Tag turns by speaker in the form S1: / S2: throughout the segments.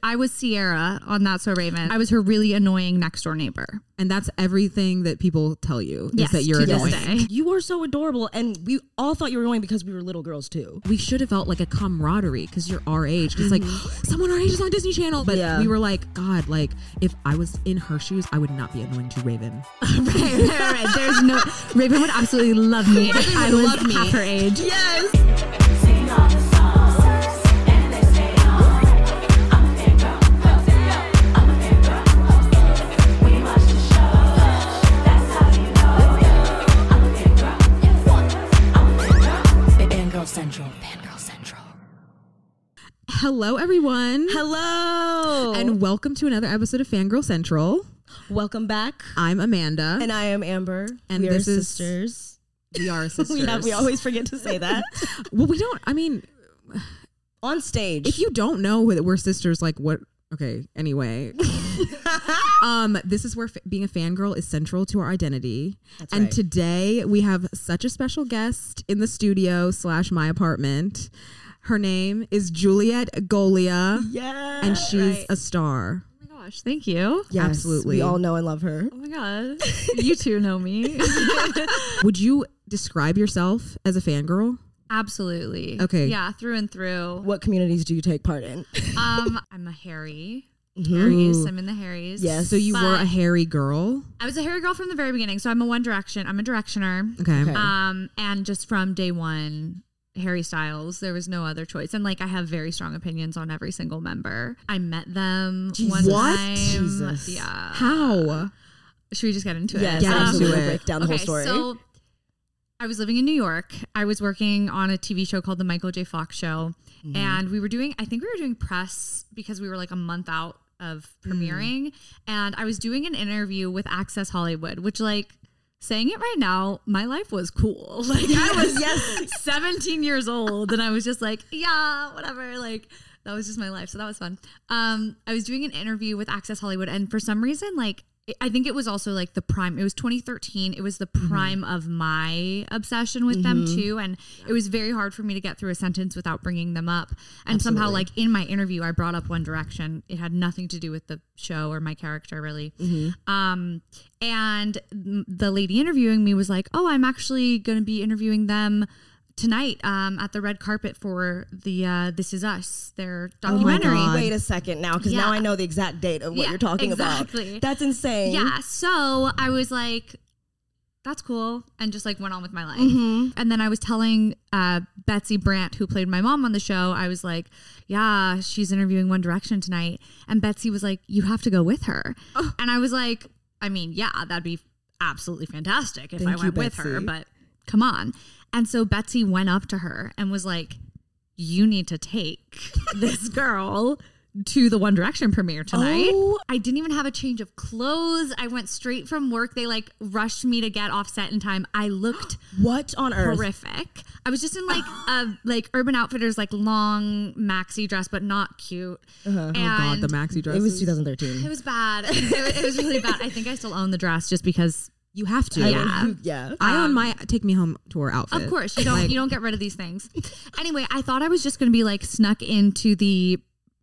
S1: I was Sierra on That's So Raven. I was her really annoying next door neighbor.
S2: And that's everything that people tell you is
S1: Yes,
S2: that you're
S1: to this
S2: annoying.
S1: day.
S3: You were so adorable, and we all thought you were annoying because we were little girls too.
S2: We should have felt like a camaraderie because you're our age. 'Cause It's like
S1: Mm-hmm.
S2: someone our age is on Disney Channel, but
S3: Yeah.
S2: we were like, God, like if I was in her shoes, I would not be annoying to Raven.
S1: right, right, right, right. There's no Raven would absolutely love me. if I was
S2: love me.
S1: half her age.
S2: Hello, everyone,
S1: Oh.
S3: Hello,
S2: and welcome to another episode of Fangirl Central.
S3: welcome back.
S2: I'm Amanda,
S3: And I am Amber,
S2: And
S3: we
S2: this
S3: are
S2: is-
S3: sisters.
S2: we are sisters.
S3: We, have, we always forget to say that
S2: well, we don't. I mean,
S3: on stage.
S2: if you don't know that we're sisters, like what? Okay. Anyway, um, this is where f- being a fangirl is central to our identity. and
S3: right.
S2: today we have such a special guest in the studio slash my apartment. Her name is Juliet Golia,
S3: yeah,
S2: and she's a star.
S1: Oh my gosh, thank you.
S3: Yes,
S2: absolutely.
S3: We all know and love her.
S1: Oh my god. You two know me.
S2: Would you describe yourself as a fangirl?
S1: absolutely.
S2: Okay.
S1: Yeah, through and through.
S3: What communities do you take part in?
S1: Um I'm a Harry. Harry's. I'm in the Harry's.
S3: Yes.
S2: So you were
S1: But-
S2: a hairy girl.
S1: I was a Harry girl from the very beginning, so I'm a one direction. I'm a directioner.
S2: Okay.
S3: Okay.
S1: Um, and just from day one, Harry Styles, there was no other choice. And like, I have very strong opinions on every single member. I met them one
S3: Jesus. What?
S1: time.
S3: Jesus.
S1: Yeah.
S2: How?
S1: Should we just get into
S3: Yes,
S1: it? Um,
S2: Yeah,
S3: absolutely.
S2: do it. Oh
S3: Break down the whole story.
S1: So I was living in New York. I was working on a TV show called The Michael J. Fox Show.
S3: Mm-hmm.
S1: And we were doing, I think we were doing press because we were like a month out of
S3: Mm.
S1: premiering. And I was doing an interview with Access Hollywood, which, like, saying it right now, my life was cool. Like, I was yes. 17 years old and I was just like, yeah, whatever. Like, that was just my life. So that was fun. Um, I was doing an interview with Access Hollywood, and for some reason, like, it- I think it was also like the prime. It was 2013. It was the prime of my obsession with them too, and it was very hard for me to get through a sentence without bringing them up. And somehow, like in my interview, I brought up One Direction. It had nothing to do with the show or my character really. Um, and m- the lady interviewing me was like, "Oh, I'm actually going to be interviewing them." Tonight, um, at the red carpet for the uh, "This Is Us" their
S3: Oh
S1: documentary.
S3: Wait a second now, because
S1: Yeah.
S3: now I know the exact date of what
S1: Yeah,
S3: you're talking
S1: exactly.
S3: about. That's insane.
S1: Yeah. So I was like, that's cool. And just like went on with my life.
S2: Mm-hmm.
S1: And then I was telling uh, Betsy Brandt, who played my mom on the show, I was like, yeah, she's interviewing One Direction tonight. And Betsy was like, you have to go with her.
S2: Oh.
S1: And I was like, I mean, yeah, that'd be absolutely fantastic if I
S2: Thank you,
S1: went with her,
S2: Betsy.
S1: but come on. And so Betsy went up to her and was like, you need to take this girl to the One Direction premiere tonight.
S2: Oh.
S1: I didn't even have a change of clothes. I went straight from work. They like rushed me to get off set in time. I looked
S3: What on earth?
S1: horrific. I was just in like a like Urban Outfitters like long maxi dress, but not cute. And
S2: Uh-huh. Oh, God, the maxi dress.
S3: It was
S1: it
S3: 2013.
S1: was bad. It was, it was really bad. I think I still own the dress just because
S2: you have to.
S3: I-
S1: Yeah.
S3: you- yeah.
S2: I own my take me home tour outfit.
S1: Of course, you don't you don't get rid of these things. Anyway, I thought I was just going to be like snuck into the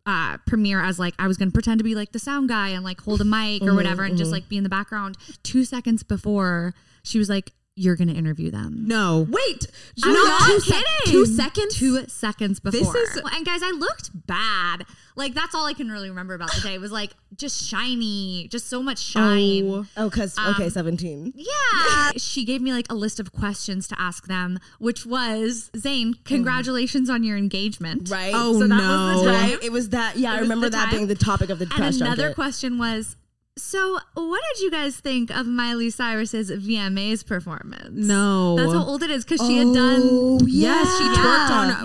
S1: uh, premiere as like I was going to pretend to be like the sound guy and like hold a mic or whatever and just like be in the background. Two seconds before she was like, you're going to interview them.
S2: No.
S4: Wait,
S1: I'm
S4: Julia,
S1: not
S4: two
S1: kidding.
S4: two seconds.
S1: Two seconds before.
S2: is-
S1: Well, and guys, I looked bad. Like that's all I can really remember about the day was like just shiny, just so much shine.
S3: Oh, because,
S1: um,
S3: okay, 17.
S1: Yeah. she gave me like a list of questions to ask them, which was Zane, congratulations on your engagement.
S3: Right.
S2: Oh,
S1: So that
S2: no.
S1: was the time.
S3: Right? It was that. Yeah,
S1: It
S3: I
S1: was
S3: remember
S1: the
S3: that
S1: time.
S3: being the topic of the
S1: And
S3: press
S1: another
S3: junket.
S1: question was so what did you guys think of Miley Cyrus's VMA's performance?
S2: No.
S1: That's how old it is cuz she had done
S3: Oh,
S2: Yes, she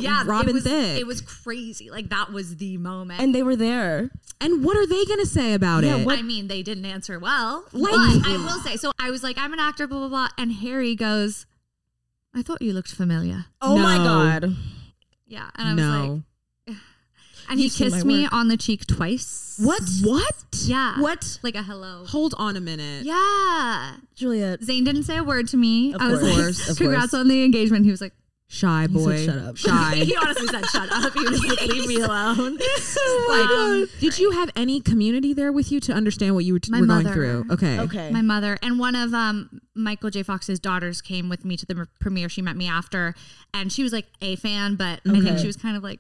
S3: yeah.
S2: twerked on Robin
S1: it was,
S2: Thicke.
S1: It was crazy. Like that was the moment.
S3: And they were there.
S2: And what are they going to say about it?
S1: I mean, they didn't answer well. Like, but I will say, so I was like, I'm an actor, blah, blah, blah. And Harry goes, I thought you looked familiar.
S3: Oh my
S2: No.
S3: God.
S1: Yeah. And I was
S2: no.
S1: like, and he
S3: You've seen
S1: kissed
S3: my
S1: me
S3: work.
S1: on the cheek twice.
S3: What?
S2: what?
S1: Yeah.
S3: What?
S1: Like a hello.
S2: Hold on a minute.
S1: Yeah.
S3: Juliet.
S1: Zane didn't say a word to me.
S3: Of
S1: I was
S3: course,
S1: like,
S3: of
S1: congrats
S3: course.
S1: on the engagement. He was like,
S2: Shy boy.
S3: "Shut up."
S2: Shy.
S1: he honestly said, shut up. He was like, leave me alone.
S2: Like,
S1: Um,
S2: did you have any community there with you to understand what you were,
S1: My
S2: were going
S1: mother.
S2: through? Okay.
S3: Okay.
S1: my mother and one of um, michael j fox's daughters came with me to the premiere she met me after and she was like a fan but i think
S3: Okay.
S1: she was kind of like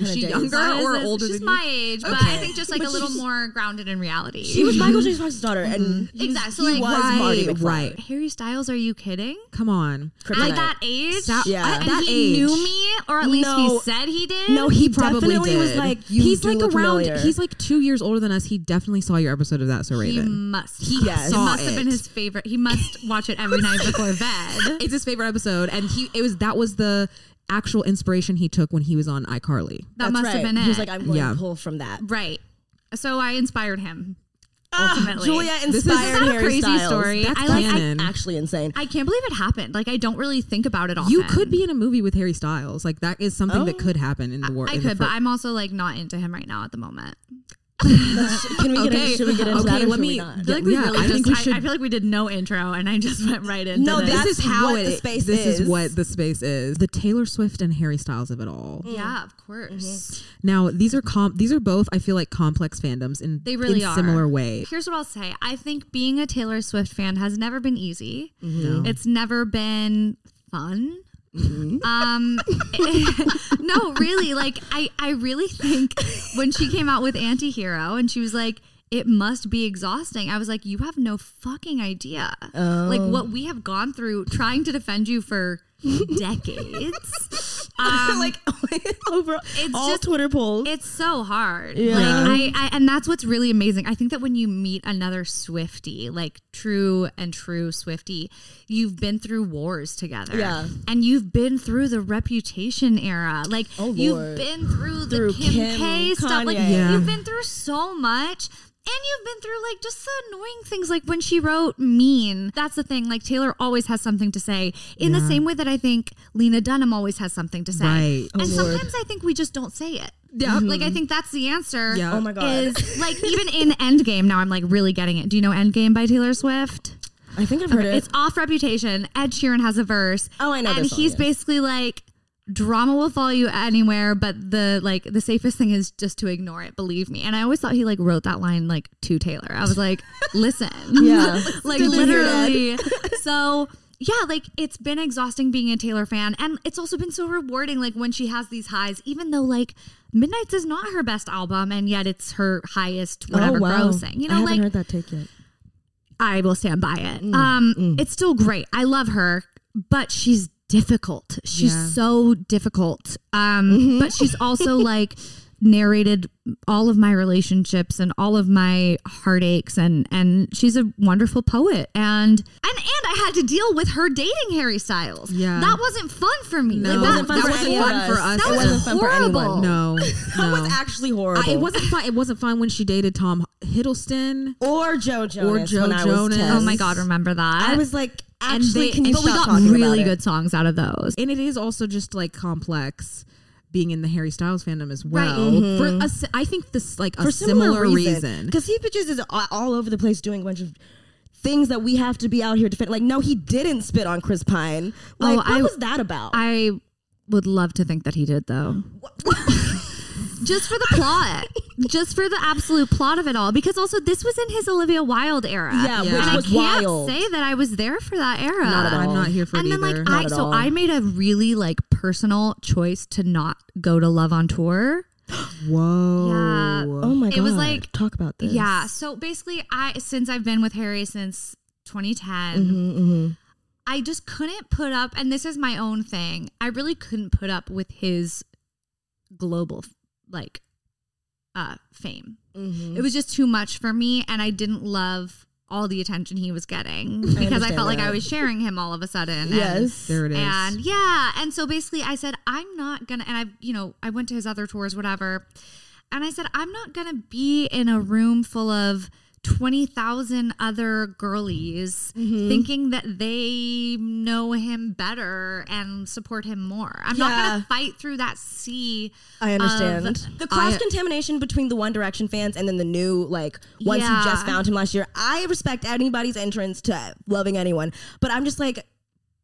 S2: Is she
S3: days.
S2: younger
S1: "Why is
S2: or
S1: this?"
S2: older
S1: she's
S2: than
S1: my
S2: you?
S1: age but i
S3: Okay.
S1: think just like
S3: But
S1: a little
S3: she's-
S1: more grounded in reality
S3: She was Michael J. Fox's daughter, and he's-
S1: Exactly. So,
S3: he
S1: like,
S3: was
S2: right,
S3: Marty McFly.
S2: right.
S1: harry styles are you kidding
S2: Come on.
S1: at
S3: Kryptonite.
S1: that age
S2: Stop-
S3: Yeah.
S1: And
S2: at that
S1: he knew
S2: age.
S1: me or at least he
S3: No.
S1: said he did
S3: No, he, probably definitely was
S2: did.
S3: like, you
S2: he's
S3: do
S2: like
S3: look
S2: around.
S3: familiar.
S2: He's like two years older than us. He definitely saw your episode of That So
S1: he
S2: Raven.
S1: must he
S3: Yes.
S1: it
S3: saw
S1: must have been
S2: it.
S1: his favorite he must watch it every night before bed
S2: it's his favorite episode, and he it was that was the actual inspiration he took when he was on iCarly.
S1: that
S3: That's
S1: must have
S3: right.
S1: been it
S3: He was like, I'm going
S2: Yeah.
S3: to pull from that.
S1: right so i inspired him
S2: Ah,
S1: ultimately.
S3: Julia
S1: This
S3: inspired
S2: is- Is that
S1: a
S3: Harry
S1: crazy
S3: Styles.
S1: story?
S2: That's
S1: I like- I-
S2: canon.
S3: Actually insane.
S1: I can't believe it happened. Like I don't really think about it often.
S2: You could be in a movie with Harry Styles. Like that is something that could happen in the war.
S1: I
S2: in
S1: could,
S2: the
S1: but
S2: fir-
S1: I'm also like not into him right now at the moment.
S3: Can we get
S2: Okay.
S3: into, should we get into
S2: Okay,
S3: that or
S2: let
S3: should
S2: me-
S3: we not?
S1: I feel like we
S2: Yeah,
S1: really
S2: I
S1: just,
S2: think we
S1: I,
S2: should-
S1: I feel like we did no intro, and I just went right into
S3: No,
S1: this.
S2: this
S3: that's
S2: is how
S3: what
S2: it
S3: the space
S2: This is
S3: is.
S2: what the space is. The Taylor Swift and Harry Styles of it all.
S1: yeah, of
S2: Mm-hmm.
S1: course.
S2: Now these are com- these are both I feel like complex fandoms Mm-hmm. in
S1: They really
S2: in
S1: are
S2: similar way.
S1: Here's what I'll say: I think being a Taylor Swift fan has never been easy.
S2: Mm-hmm.
S1: It's never been fun. Um, no, really. Like I, I really think when she came out with Antihero and she was like, "It must be exhausting." I was like, "You have no fucking idea."
S2: Oh.
S1: Like what we have gone through trying to defend you for decades. Um,
S3: like overall,
S1: It's
S3: all
S1: just-
S3: Twitter polls.
S1: it's so hard.
S3: Yeah.
S1: Like I, I and that's what's really amazing. I think that when you meet another Swifty, like true and true Swifty, you've been through wars together.
S3: Yeah.
S1: And you've been through the reputation era. Like
S3: Oh,
S1: you've
S3: Lord.
S1: been through the
S3: Through
S1: Kim,
S3: Kim,
S1: K stuff. Like
S3: Kanye.
S2: Yeah.
S1: you've been through so much. And you've been through like just the annoying things, like when she wrote "mean." That's the thing. Like Taylor always has something to say, in the same way that I think Lena Dunham always has something to say.
S2: Right. Oh,
S1: And sometimes I think we just don't say it.
S2: Yeah. Mm-hmm.
S1: Like I think that's the answer.
S2: Yeah.
S3: oh my god!
S1: Is like even in Endgame now I'm like really getting it. Do you know Endgame by Taylor Swift?
S3: I think I've heard
S1: It's
S3: it.
S1: off Reputation. Ed Sheeran has a verse.
S3: Oh, I know
S1: And
S3: this song,
S1: he's
S3: yes.
S1: basically like, drama will follow you anywhere, but the like the safest thing is just to ignore it. Believe me. And I always thought he like wrote that line like to Taylor. I was like, listen,
S3: Yeah.
S1: like
S3: Did you hear
S1: literally. so. Yeah, like it's been exhausting being a Taylor fan and it's also been so rewarding like when she has these highs even though like Midnight's is not her best album and yet it's her highest whatever grossing. You
S3: Oh,
S1: know
S3: I haven't
S1: like
S3: heard that take yet.
S1: I will stand by it. um, It's still great. I love her, but she's difficult. She's
S2: Yeah.
S1: so difficult. Um, But she's also like narrated all of my relationships and all of my heartaches and and she's a wonderful poet and and and I had to deal with her dating Harry Styles.
S2: Yeah.
S1: That wasn't fun for me.
S2: No,
S1: Like,
S2: it
S1: that,
S2: wasn't fun for
S1: that wasn't
S2: any of
S1: fun
S2: us.
S1: for us.
S2: It
S1: That
S2: wasn't
S1: was
S3: fun for anyone.
S1: horrible.
S2: No,
S3: That
S2: no.
S3: was actually horrible.
S2: I- it wasn't fun. It wasn't fun when she dated Tom Hiddleston.
S3: or Joe Jonas.
S2: Joe
S3: when I was
S2: Jonas.
S3: 10.
S1: Oh my god, remember that?
S3: I was like, actually,
S1: and they,
S3: can you
S1: but we
S3: stop
S1: got
S3: talking
S1: really
S3: about it?
S1: good songs out of those.
S2: and it is also just like complex being in the Harry Styles fandom as well. For us, I think this like a
S3: for
S2: similar,
S3: similar
S2: reason.
S3: because he bitches is a- all over the place doing a bunch of things that we have to be out here defending. Like, no, he didn't spit on Chris Pine. Like,
S1: Oh,
S3: what
S1: I-
S3: was that about?
S1: I would love to think that he did though. Just for the plot.
S5: just for the absolute plot of it all, because also this was in his Olivia Wilde era.
S3: Yeah,
S2: Yeah.
S3: which
S5: and I
S3: was
S5: can't
S3: wild.
S5: say that I was there for that era.
S3: Not at all.
S2: I'm not here for
S5: and
S2: it
S5: then
S2: either.
S5: like I,
S3: at
S5: so
S3: all.
S5: I made a really like personal choice to not go to Love on Tour.
S2: Whoa.
S5: Yeah.
S3: Oh my god!
S1: It was like-
S3: talk about this.
S1: Yeah. So basically, I since I've been with Harry since 2010,
S3: Mhm, mhm.
S1: I just couldn't put up, and this is my own thing. I really couldn't put up with his global like uh fame.
S3: Mm-hmm.
S1: It was just too much for me, and I didn't love all the attention he was getting because I,
S3: understand
S1: felt like I
S3: that.
S1: was sharing him all of a sudden. and-
S3: Yes.
S2: There it is.
S1: and yeah, and so basically I said I'm not going to and I you know, I went to his other tours whatever. And I said I'm not going to be in a room full of 20,000 other girlies
S2: Mm-hmm.
S1: thinking that they know him better and support him more. I'm not going
S3: Yeah.
S1: to fight through that sea.
S3: I
S1: of-
S3: understand the cross contamination between the One Direction fans and then the new like once
S1: Yeah.
S3: you just found him last year. I respect anybody's entrance to loving anyone, but I'm just like,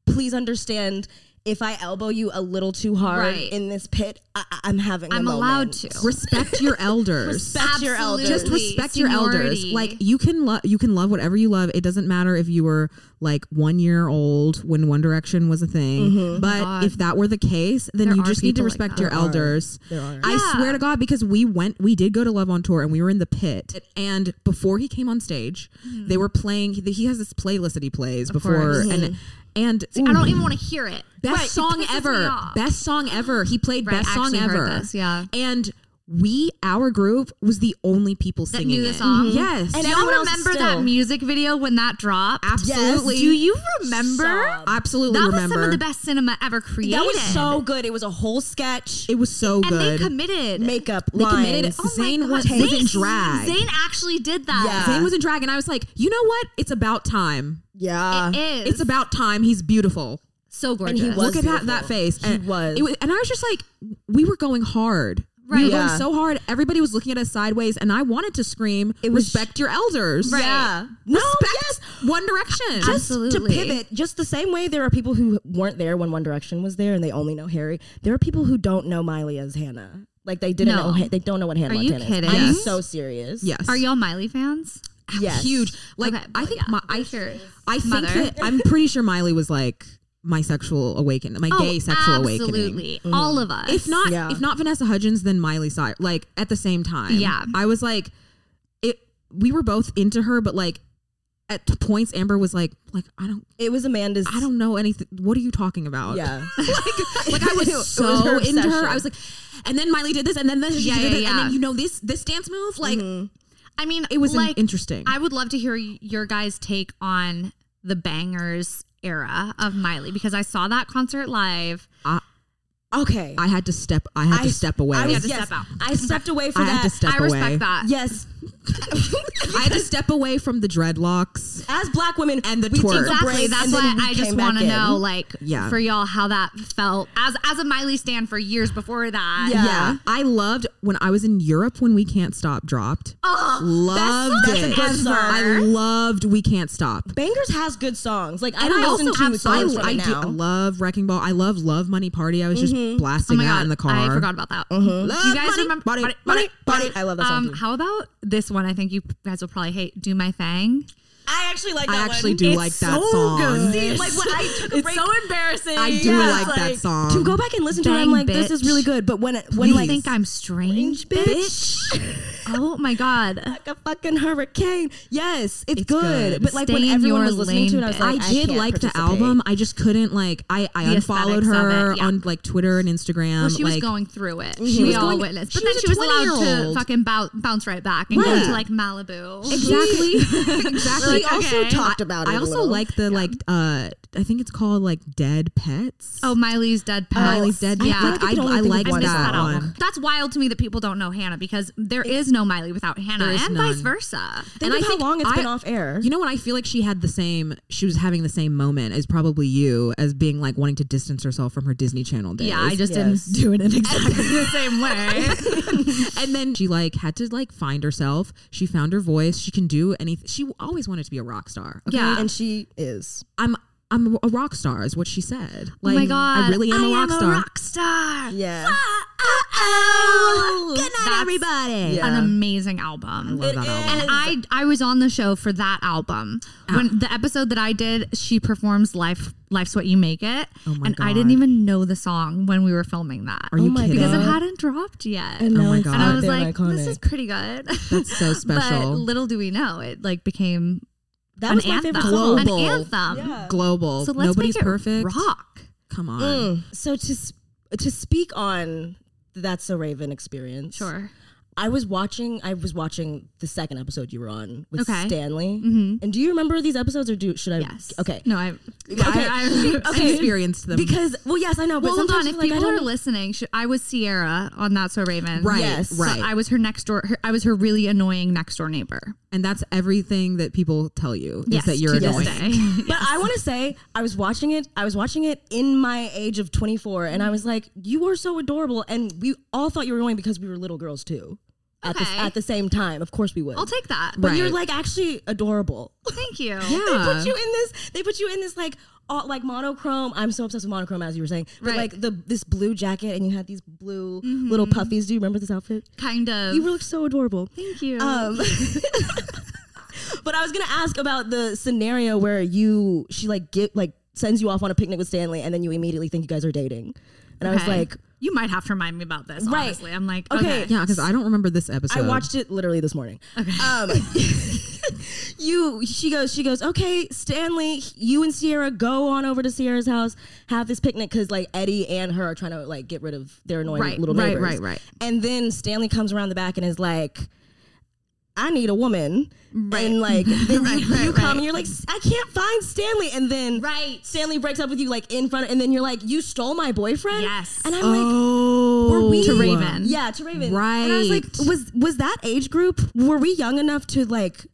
S3: please understand if I elbow you a little too hard
S1: Right.
S3: in this pit, I- I- I'm having. a
S1: I'm allowed
S3: moment.
S1: to.
S2: Respect your elders.
S3: Respect your elders.
S2: Just
S1: Absolutely.
S2: respect your elders.
S1: Seniority.
S2: Like you can love you can love whatever you love. It doesn't matter if you were like one year old when One Direction was a thing. But if that were the case, then
S1: Mm-hmm. There
S2: you
S1: are
S2: just need to
S1: people like
S2: respect
S1: that.
S2: your
S1: There
S2: elders.
S3: There are.
S2: I swear to God, because we went, we did go to Love on Tour and we were in the pit. And before he came on stage, they were playing. He he has this playlist that he plays before,
S1: Mm-hmm. course. Mm-hmm.
S2: and and
S1: I don't even want to hear it.
S2: best
S1: Right, it
S2: song
S1: pisses me
S2: ever
S1: off.
S2: best song ever he played
S1: Right,
S2: best
S1: I
S2: song
S1: actually heard
S2: ever
S1: this, yeah.
S2: and we our group was the only people
S1: That
S2: singing
S1: knew the
S2: it. Mm-hmm.
S1: song? Mhm.
S2: yes
S3: And
S1: Do
S3: everyone
S1: y'all
S3: else
S1: remember
S3: still.
S1: that music video when that dropped?
S2: Absolutely.
S1: Do you remember?
S3: Sob.
S2: absolutely
S1: That was
S2: remember
S1: some of the best cinema ever created.
S3: That was so good. It was a whole sketch.
S2: it was so
S1: And
S2: good
S1: they committed.
S3: makeup
S2: They
S3: lines.
S2: committed
S1: Oh my
S2: Zayn
S1: God.
S2: was- was in
S1: Zayn-
S2: drag.
S1: Zayn actually did that.
S2: Zayn was in drag and i was like you know what it's about time
S3: Yeah.
S1: It is.
S2: it's about time he's beautiful
S1: so gorgeous.
S3: he was-
S2: look at that, that
S3: beautiful.
S2: face
S3: He was.
S2: it and i was just like we were going hard we were
S1: Right.
S2: going
S3: Yeah.
S2: so hard everybody was looking at us sideways and i wanted to scream
S3: It was-
S2: respect your elders
S1: Right.
S3: Yeah. No,
S2: respect
S3: yes.
S2: one direction
S3: Just
S1: Absolutely.
S3: to pivot, just the same way there are people who weren't there when One Direction was there and they only know Harry. There are people who don't know Miley as Hannah. Like they didn't
S1: No.
S3: know know. They don't know what Hannah
S1: Are you
S3: Montana
S1: kidding?
S3: is. I'm
S1: Yes.
S3: so serious.
S2: Yes.
S1: Are y'all Miley fans?
S3: Yes.
S2: huge? Like
S1: Okay,
S2: I
S1: well,
S2: think
S1: yeah,
S2: my, I,
S1: for sure.
S2: I think
S1: Mother.
S2: that I'm pretty sure Miley was like my sexual awakening, my gay sexual awakening.
S1: Oh,
S2: Mm.
S1: absolutely. All of us.
S2: If not,
S3: Yeah.
S2: if not Vanessa Hudgens, then Miley Cyrus. Like at the same time,
S1: Yeah.
S2: I was like, it. We were both into her, but like at t- points, Amber was like, like I don't,
S3: It was Amanda's.
S2: I don't know anything. What are you talking about?
S3: Yeah.
S2: like I
S3: It
S2: was
S3: was
S2: so
S3: her
S2: into her.
S3: obsession.
S2: I was like, and then Miley did this, and then this, she
S1: Yeah,
S2: did
S1: yeah,
S2: it, and
S1: yeah.
S2: then you know this this dance move. Like
S1: I mean,
S2: it was in-
S1: like,
S2: interesting.
S1: I would love to hear your guys' take on the bangers era of Miley because I saw that concert live.
S3: Okay.
S2: I had to step. I had to step away.
S3: I,
S1: You
S3: was,
S1: had to
S3: yes,
S1: step out.
S3: I stepped away for
S2: I
S3: that.
S2: had to step
S1: I respect
S2: away.
S1: that.
S3: Yes.
S2: I had to step away from the dreadlocks.
S3: As black women
S2: And the
S3: we took
S2: twerk.
S3: a
S1: Exactly.
S3: break
S1: That's
S3: and
S1: why
S3: then we
S1: I just
S3: came back
S1: want to
S3: in.
S1: know, like,
S2: Yeah.
S1: for y'all, how that felt as as a Miley stand for years before that.
S3: Yeah.
S2: I loved when I was in Europe when We Can't Stop dropped.
S1: Oh,
S2: loved
S3: that's a good
S2: it.
S3: That's song.
S2: I loved We Can't Stop.
S3: Bangers has good songs. Like I
S2: And
S3: don't
S2: I
S3: listen
S2: also
S3: to songs
S2: I,
S3: right
S2: I, do,
S3: now.
S2: I love Wrecking Ball. I love Love Money Party. I was just
S1: Oh
S3: Mm-hmm.
S2: blasting
S1: my
S2: that
S1: god,
S2: in the car.
S1: I forgot about that.
S2: Love
S1: Do you guys
S2: money,
S1: remember?
S2: money,
S1: Buddy,
S2: money,
S1: buddy,
S2: money.
S3: I love that song
S1: Um,
S3: too.
S1: how about this one? I think you guys will probably hate. Do my thing.
S3: I actually like
S2: I
S3: that
S2: actually
S3: one.
S2: do like that song.
S3: See, like when I took a break.
S1: embarrassing.
S2: I do
S3: Yeah,
S2: like,
S3: it's
S2: that
S3: like-
S2: song.
S3: to go back and listen to it,
S1: Dang,
S3: I'm like, this is
S1: bitch.
S3: really good. But when it- when
S1: you
S3: like
S1: think I'm strange, bitch? oh my god.
S3: like a fucking hurricane. Yes, it's,
S2: It's
S3: good.
S2: good.
S3: But like
S1: Stay
S3: when
S1: in
S3: everyone
S1: your
S3: was listening to it, I was
S1: lane,
S3: like,
S2: I did
S3: can't
S2: like the
S3: participate.
S2: album. I just couldn't like I, I
S1: The
S2: unfollowed
S1: aesthetics of
S2: her
S1: it, yeah.
S2: on like Twitter and Instagram.
S1: Well, she was
S2: Um, like, Mm-hmm.
S1: going through it.
S2: She
S1: we
S2: was
S1: all
S2: going-
S1: witnessed.
S2: she
S1: But then
S2: was a
S1: she was allowed to
S2: 20-year-old.
S1: fucking bounce, bounce right back and go
S2: Right.
S1: to like Malibu.
S2: Exactly. exactly.
S3: She also talked about it.
S2: I
S3: a
S2: also
S3: little.
S2: like the like uh I think it's called like Dead Pets.
S1: Oh, Miley's dead pets.
S2: Miley's Dead Pets.
S1: Yeah.
S2: Like, I,
S3: I can only
S2: I,
S3: think of
S2: like
S1: I
S2: that,
S3: one
S1: missed that
S2: one.
S1: album. That's wild to me that people don't know Hannah because there is no Miley without Hannah,
S2: There is
S1: and
S2: none.
S1: vice versa.
S3: Think
S2: and
S3: of
S2: I
S3: how
S2: think
S3: long it's
S2: I-
S3: been off air.
S2: You know what? I feel like she had the same. She was having the same moment as probably you, as being like wanting to distance herself from her Disney Channel days.
S1: Yeah, I just
S3: Yes.
S1: didn't do it in exactly the same way.
S2: and then she like had to like find herself. She found her voice. She can do anything. She always wanted to be a rock star. Okay?
S1: Yeah.
S3: and she is.
S2: I'm I'm a rock star is what she said. Like,
S1: oh my god!
S2: I really am a rock star.
S1: rock star.
S3: Yeah.
S1: Oh,
S3: Good night,
S1: everybody.
S6: an amazing album.
S2: Love that Oh. album.
S1: And I I was on the show for that album. When the episode that I did, she performs Life Life's What You Make It.
S2: Oh my
S1: and I didn't
S2: God.
S1: even know the song when we were filming that.
S2: Are you
S3: my
S2: kidding?
S1: because it
S3: God.
S1: hadn't dropped yet.
S3: And
S2: Oh
S3: now
S2: my
S3: it's
S2: God.
S1: and
S3: out
S1: I was
S3: there,
S1: like, this is
S3: iconic.
S1: pretty good.
S2: That's so
S1: but
S2: special.
S1: little do we know, it like became
S3: that
S1: an
S3: was my
S1: anthem.
S3: favorite song.
S2: Global.
S1: An anthem.
S2: Global.
S1: So let's
S2: Nobody's
S1: make it
S2: perfect.
S1: rock. Mm.
S2: Come on.
S3: So to s- to speak on that's a Raven experience.
S1: Sure.
S3: I was watching. I was watching the second episode you were on with
S1: Okay. Mm-hmm.
S3: Stanley. And do you remember these episodes, or do should I?
S1: Yes.
S3: Okay.
S1: No, I. Okay.
S2: I experienced them.
S3: Because well, yes, I know. But
S1: well, hold on.
S3: sometimes
S1: If
S3: I'm like, I
S1: people
S3: don't
S1: are listening, should, I was Sierra on That's So Raven.
S2: right.
S3: yes. So
S2: Right.
S1: I was her next door. Her, I was her really annoying next door neighbor.
S2: and that's everything that people tell you is
S1: Yes,
S2: that you're
S1: to this
S2: annoying.
S1: day.
S3: But I want to say I was watching it. I was watching it in my age of 24,
S1: Mm-hmm.
S3: and I was like, "You are so adorable," and we all thought you were annoying because we were little girls too. At,
S1: Okay.
S3: the, at the same time, of course we would.
S1: I'll take that.
S3: But you're
S2: Right.
S3: like actually adorable.
S1: Thank
S3: They
S1: you.
S3: put you in this. They put you in this like all, like monochrome. I'm so obsessed with monochrome, as you were saying. But
S1: Right. Mm-hmm.
S3: like the this blue jacket, and you had these blue little puffies. Do you remember this outfit?
S1: Kind of.
S3: You looked so adorable.
S1: Thank you.
S3: Um, but I was gonna ask about the scenario where you she like get like sends you off on a picnic with Stanley, and then you immediately think you guys are dating. And I was
S1: Okay.
S3: like,
S1: you might have to remind me about this.
S3: Right.
S1: Honestly, I'm like,
S3: Okay.
S1: okay,
S2: Yeah, because I don't remember this episode.
S3: I watched it literally this morning. Okay. Um, you, she goes, she goes, okay, Stanley, you and Sierra go on over to Sierra's house, have this picnic because like Eddie and her are trying to like get rid of their annoying
S1: Right,
S3: little
S1: right,
S3: neighbors.
S1: right, right.
S3: And then Stanley comes around the back and is like. I need a woman, and like then
S1: Right,
S3: you,
S1: right,
S3: you come
S1: right.
S3: and you're like, I can't find Stanley, and then
S1: Right.
S3: Stanley breaks up with you like in front, of, and then you're like, you stole my boyfriend,
S1: Yes.
S3: and I'm like,
S2: Oh,
S3: were we
S1: To Raven.
S3: Yeah, to Raven.
S2: Right.
S3: And I was like, was was that age group? Were we young enough to like,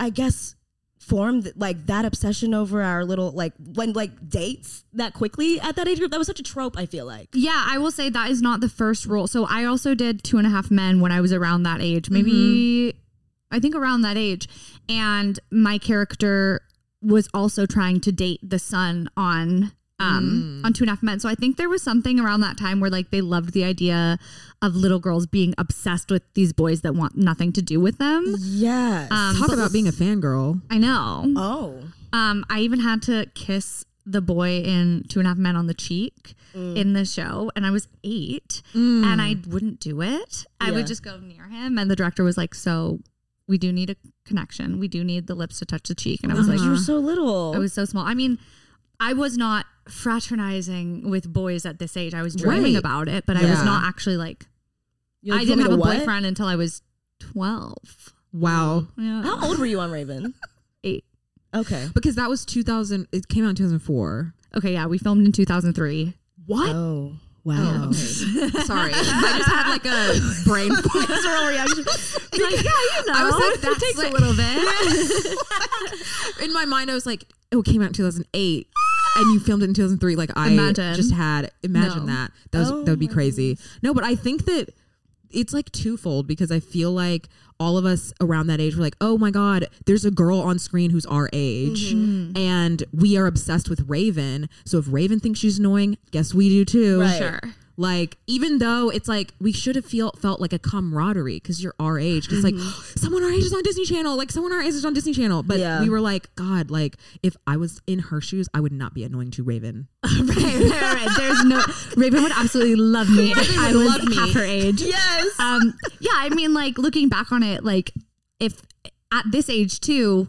S3: I guess, form th- like that obsession over our little like when like dates that quickly at that age group? That was such a trope. I feel like.
S1: Yeah, I will say that is not the first rule. So I also did Two and a Half Men when I was around that age, maybe I think around that age, and my character was also trying to date the son on um on Two and a Half Men. So I think there was something around that time where like they loved the idea of little girls being obsessed with these boys that want nothing to do with them.
S3: Mm. Yes.
S1: Um,
S2: talk
S1: but-
S2: about being a fangirl.
S1: I know.
S3: oh.
S1: Um, I even had to kiss the boy in Two and a Half Men on the cheek
S3: Mm.
S1: in the show, and I was eight, and I wouldn't do it. I
S3: Yeah.
S1: would just go near him, and the director was like, "So we do need a connection. We do need the lips to touch the cheek." And I was
S3: you were
S1: like,
S3: so little.
S1: Uh-huh. "I was so small. I mean, I was not fraternizing with boys at this age. I was dreaming
S2: Right.
S1: about it, but I
S2: Yeah.
S1: was not actually like.
S3: You're like, you
S1: I didn't
S3: want
S1: have a
S3: me to what?
S1: boyfriend until I was twelve.
S2: Wow.
S1: Yeah,
S3: How old were you on Raven?
S1: eight.
S3: Okay.
S2: Because that was 2000. It came out in 2004.
S1: Okay, yeah, we filmed in two thousand three.
S2: What?
S3: Oh. Wow.
S2: Sorry, I just had like a brain.
S1: Like, yeah, you know,
S2: I was like,
S1: that
S2: that's
S1: takes
S2: like-
S1: a little bit.
S2: in my mind, I was like, oh, it came out in 2008. And you filmed it in 2003. Like I
S1: Imagine.
S2: just had imagine
S1: No. Oh
S2: that. That was that would be crazy. No, but I think that it's like twofold because I feel like all of us around that age were like, oh my god, there's a girl on screen who's our age,
S1: Mm-hmm.
S2: and we are obsessed with Raven. So if Raven thinks she's annoying, guess we do too.
S3: Right.
S1: Sure.
S2: Like even though it's like we should have feel felt like a camaraderie because you're our age. 'Cause It's like
S1: Mm-hmm.
S2: someone our age is on Disney Channel. Like someone our age is on Disney Channel. But
S3: Yeah.
S2: we were like, God, like if I was in her shoes, I would not be annoying to Raven.
S1: right, right, right. There's no Raven would absolutely love me if I was half her age.
S3: Yes.
S1: Um, yeah, I mean, like looking back on it, like if at this age too,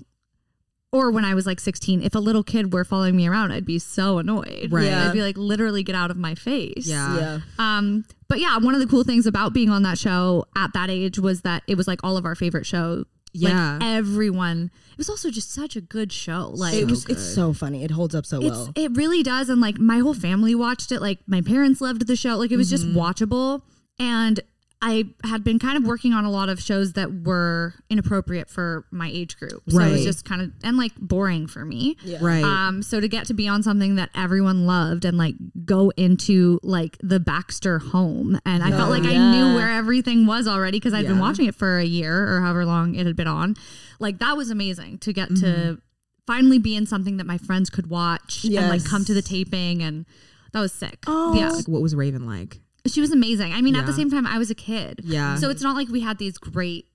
S1: or when I was like 16, if a little kid were following me around, I'd be so annoyed.
S2: Right.
S3: Yeah.
S1: I'd be like, literally, get out of my face.
S2: Yeah.
S3: Yeah.
S1: Um, but yeah, one of the cool things about being on that show at that age was that it was like all of our favorite show.
S2: Yeah.
S1: Like everyone. It was also just such a good show. Like
S3: It was. It's so funny. It holds up so well.
S1: it's, it really does. And like my whole family watched it. Like my parents loved the show. Like it was
S3: Mm-hmm.
S1: just watchable. And I had been kind of working on a lot of shows that were inappropriate for my age group. So it
S2: Right.
S1: was just kind of, and like boring for me.
S2: Right.
S1: Um, so to get to be on something that everyone loved and like go into like the Baxter home, and I felt like I knew where everything was already because I'd been watching it for a year or however long it had been on. Like that was amazing to get to finally be in something that my friends could watch and like come to the taping, and that was sick.
S3: Oh.
S1: Yeah,
S2: like what was Raven like?
S1: she was amazing. I mean, at the
S2: Yeah.
S1: same time, I was a kid.
S2: Yeah.
S1: So it's not like we had these great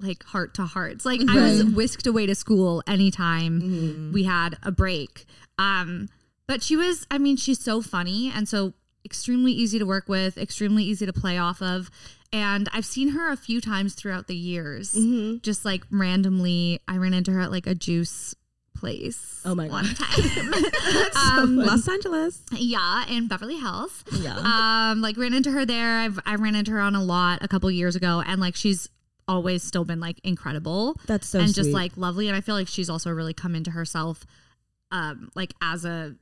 S1: like heart to hearts. Like I was whisked away to school anytime
S2: Mm-hmm.
S1: we had a break. Um, but she was, I mean, she's so funny and so extremely easy to work with, extremely easy to play off of. And I've seen her a few times throughout the years,
S2: Mm-hmm.
S1: just like randomly. I ran into her at like a juice place.
S3: Oh my
S1: one
S3: God.
S1: time.
S2: Um, Los Angeles.
S1: Yeah, in Beverly Hills.
S3: Yeah.
S1: Um, like ran into her there. I've I ran into her on a lot a couple years ago, and like she's always still been like incredible.
S3: That's so
S1: and just
S3: sweet.
S1: like lovely. And I feel like she's also really come into herself, um, like as a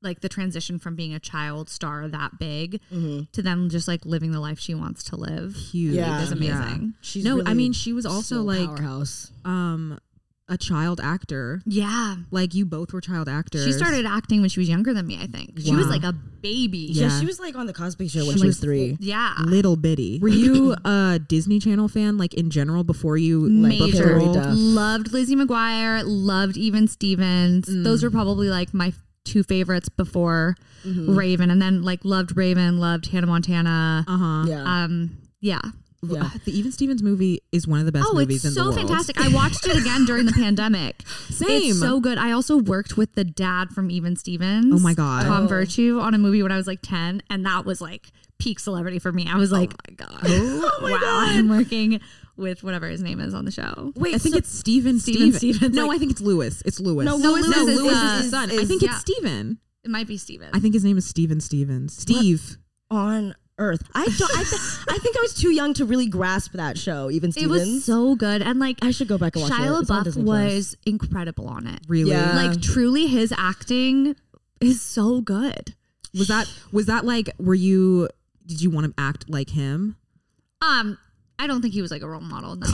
S1: like the transition from being a child star that big
S3: Mm-hmm.
S1: to then just like living the life she wants to live.
S2: Huge.
S3: Yeah.
S1: Is amazing.
S3: She's
S2: no, I
S3: really
S2: mean she was also
S3: still
S2: like
S3: powerhouse.
S2: um a child actor.
S1: Yeah.
S2: Like you both were child actors.
S1: She started acting when she was younger than me, I think. She was
S2: Wow.
S1: like a baby.
S3: Yeah.
S2: Yeah.
S3: she was like on the Cosby Show when she, was, three.
S1: Yeah.
S2: little bitty. Were you a Disney Channel fan like in general before you like
S1: Major.
S2: before-
S3: Hillary Duff.
S1: Loved Lizzie McGuire. Loved even Stevens. Those
S2: Mm.
S1: were probably like my two favorites before
S2: Mm-hmm.
S1: Raven, and then like loved Raven. Loved Hannah Montana.
S2: Uh-huh.
S3: Yeah.
S1: Um, yeah.
S3: yeah.
S2: Ah, The Even Stevens movie is one of the best
S1: oh,
S2: movies
S1: it's
S2: in the
S1: so
S2: world.
S1: fantastic. I watched it again during the pandemic.
S2: Same.
S1: It's so good. I also worked with the dad from Even Stevens.
S2: Oh my God.
S1: Tom Virtue on a movie when I was like 10, and that was like peak celebrity for me. I was like, oh my God. wow. I'm working with whatever his name is on the show.
S2: Wait, I think
S3: so-
S2: it's Steven
S1: Steven
S2: Stevens.
S1: Stevens,
S2: no,
S1: like-
S2: I think it's Lewis. It's Lewis.
S3: No,
S1: No,
S3: Lewis
S1: it's
S2: no,
S1: is,
S2: Lewis
S1: uh,
S2: is his son. I think
S1: yeah.
S2: it's Steven.
S1: It might be Steven.
S2: I think his name is Steven Stevens. Steve.
S3: on earth. I don't. I, th- I think I was too young to really grasp that show. Even
S1: It
S3: Stevens.
S1: was so good. And like
S3: I should go back and watch
S1: Shia
S3: it. It's on
S1: LaBeouf
S3: Disney Plus.
S1: was incredible on it.
S2: Really?
S3: Yeah.
S1: Like truly his acting is so good.
S2: Was that was that like were you did you want to act like him?
S1: Um I don't think he was like a role model, no.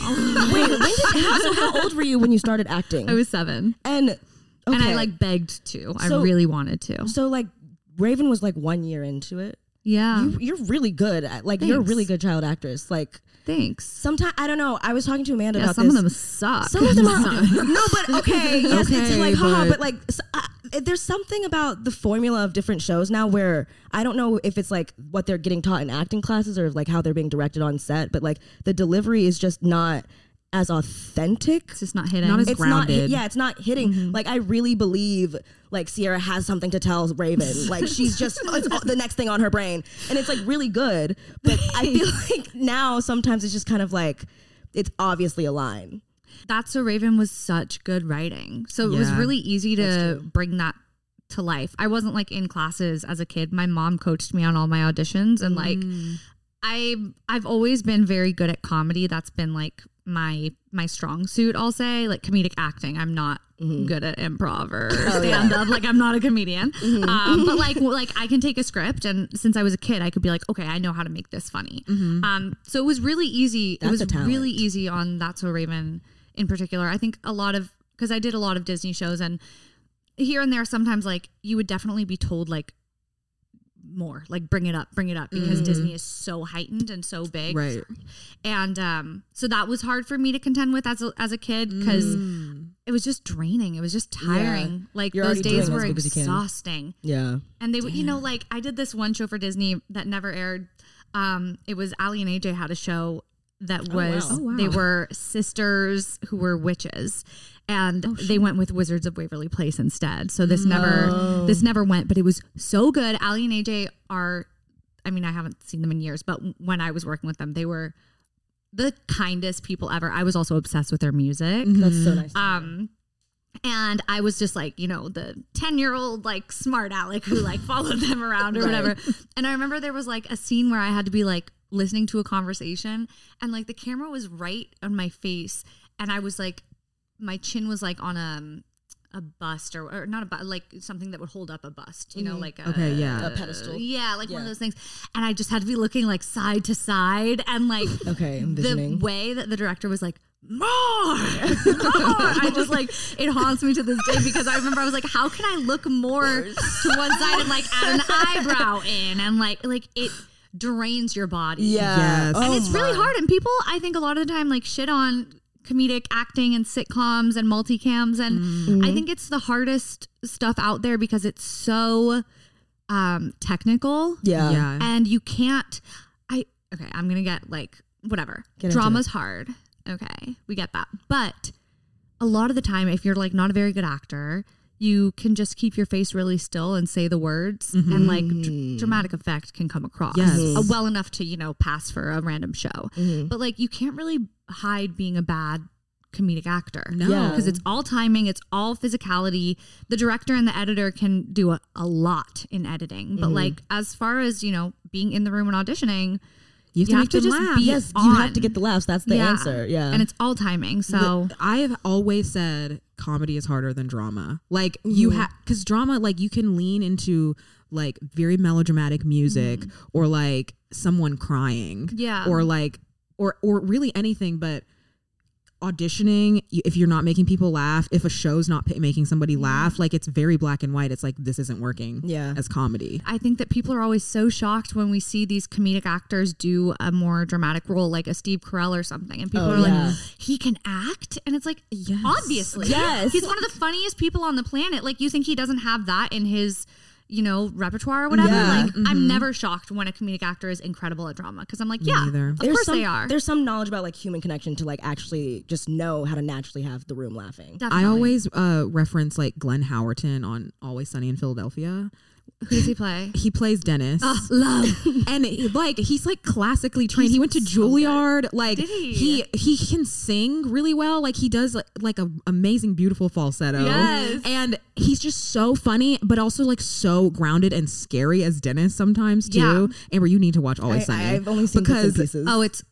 S3: Wait, when did, how, so how old were you when you started acting?
S1: I was seven.
S3: and okay.
S1: And I like begged to.
S3: So-
S1: I really wanted to.
S3: so like Raven was like one year into it.
S1: Yeah.
S3: You, you're really good. At, like you're a
S1: Thanks.
S3: really good child actress. Like
S1: Thanks.
S3: sometimes I don't know. I was talking to Amanda
S1: Yeah,
S3: about
S1: some
S3: this.
S1: of them suck.
S3: Some of them are no, but okay, yes, it's
S2: Okay,
S3: like haha,
S2: but-
S3: but like s uh, there's something about the formula of different shows now where I don't know if it's like what they're getting taught in acting classes or like how they're being directed on set, but like the delivery is just not as authentic.
S1: It's just not hitting. Mm-hmm.
S2: Not as-
S3: It's not,
S2: grounded.
S3: yeah, it's not hitting. Like I really believe, like Sierra has something to tell Raven. Like she's just it's all- the next thing on her brain, and it's like really good. But I feel like now sometimes it's just kind of like it's obviously a line.
S1: That's so Raven was such good writing. So it was
S2: Yeah.
S1: really easy to bring that to life. I wasn't like in classes as a kid. My mom coached me on all my auditions and like I I've always been very good at comedy. That's been like my my strong suit, I'll say, like comedic acting. I'm not
S3: Mm-hmm.
S1: good at improv or
S3: Oh,
S1: stand up. Like I'm not a comedian.
S3: Mm-hmm.
S1: Um, but like well, like I can take a script and since I was a kid, I could be like, okay, I know how to make this funny. Um, so it was really easy.
S3: Mm-hmm. That's a
S1: it was
S3: talent.
S1: really easy on That's So Raven in particular. I think a lot of because I did a lot of Disney shows and here and there sometimes like you would definitely be told like more like bring it up bring it up because
S3: Mm-hmm.
S1: disney is so heightened and so big
S2: Right.
S1: and um so that was hard for me to contend with as a, as a kid because it was just draining it was just tiring like
S3: Mm. You're
S1: those
S3: already doing
S1: days
S3: as
S1: were
S3: big as you can.
S1: exhausting
S3: Yeah.
S1: and they would you know like i did this one show for disney that never aired um it was ali and aj had a show that was
S3: wow. Oh,
S1: they were sisters who were witches and
S3: Oh,
S1: they went with wizards of waverly place instead so this never this never went but it was so good ali and aj are i mean i haven't seen them in years but when i was working with them they were the kindest people ever i was also obsessed with their music
S3: That's so nice.
S1: um, and I was just like, you know, the 10 year old, like, smart Alec who, like, followed them around or whatever. And I remember there was, like, a scene where I had to be, like, listening to a conversation and, like, the camera was right on my face. And I was, like, my chin was, like, on a. um, A bust or, or not a bust, like something that would hold up a bust, you know, like a,
S2: Okay, yeah.
S3: a pedestal.
S1: yeah, like
S3: Mm-hmm.
S1: one of
S3: Yeah.
S1: those things. And I just had to be looking like side to side and like
S3: Okay,
S1: the
S3: envisioning.
S1: way that the director was like, more, more. I just like it haunts me to this day because I remember I was like, how can I look more to one side and like add an eyebrow in and like like it drains your body.
S3: yeah.
S2: Yes.
S1: And
S3: Oh
S1: it's really
S3: my.
S1: hard. And people, I think, a lot of the time, like shit on comedic acting and sitcoms and
S3: Mm-hmm.
S1: multicams. And I think it's the hardest stuff out there because it's so um, technical.
S3: Yeah.
S2: yeah.
S1: And you can't. I okay. I'm gonna get like whatever.
S3: Get into
S1: Drama's hard. Okay, we get that. But a lot of the time, if you're like not a very good actor, you can just keep your face really still and say the words, and like dr- dramatic effect can come across
S2: Yes.
S1: uh, well enough to you know pass for a random show.
S3: Mm-hmm.
S1: But like you can't really hide being a bad comedic actor.
S2: No.
S3: Yeah.
S1: Because it's all timing, it's all physicality. The director and the editor can do a, a lot in editing,
S3: Mm-hmm.
S1: but like as far as you know, being in the room and auditioning,
S2: You
S1: you,
S2: have to
S1: have
S2: make
S1: to
S2: them
S1: just
S2: laugh.
S1: be
S3: Yes,
S1: on.
S3: you have to get the laughs. That's the
S1: Yeah.
S3: answer. Yeah.
S1: and it's all timing. So
S2: I have always said comedy is harder than drama. Like you
S1: Mm-hmm.
S2: have, because drama, like you can lean into like very melodramatic music or like someone crying,
S1: Mm-hmm. Yeah.
S2: or like or or really anything, but auditioning y- if you're not making people laugh if a show's not p- making
S1: Mm-hmm.
S2: somebody laugh like it's very black and white it's like this isn't working
S3: Yeah.
S2: as comedy
S1: I think that people are always so shocked when we see these comedic actors do a more dramatic role, like a Steve Carell or something, and people
S3: Oh,
S1: are like,
S3: yeah.
S1: "He can act," and it's like,
S2: Yes.
S1: obviously,
S3: Yes.
S1: he's one of the funniest people on the planet. Like, you think he doesn't have that in his, you know, repertoire or whatever?
S3: Yeah. mm-hmm.
S1: Like, I'm never shocked when a comedic actor is incredible at drama because I'm like, yeah,
S2: neither.
S1: of
S3: there's
S1: course
S3: some,
S1: they are.
S3: There's some knowledge about like human connection to like actually just know how to naturally have the room laughing.
S1: Definitely.
S2: i always uh reference like glenn howerton on always sunny in philadelphia
S1: who does he play?
S2: he plays dennis
S1: Oh, love.
S2: and he- like he's like classically trained. he went to Juilliard. Like
S1: Did he?
S2: he he can sing really well. Like he does like, like a amazing, beautiful falsetto.
S1: Yes.
S2: And he's just so funny, but also like so grounded and scary as Dennis sometimes too.
S1: Yeah.
S2: Amber, you need to watch Always Sunny.
S3: I, I've only seen bits and
S2: because
S3: pieces.
S1: Oh, it's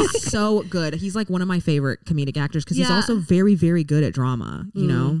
S2: he's so good. He's like one of my favorite comedic actors because he's
S1: Yeah.
S2: also very, very good at drama. You know.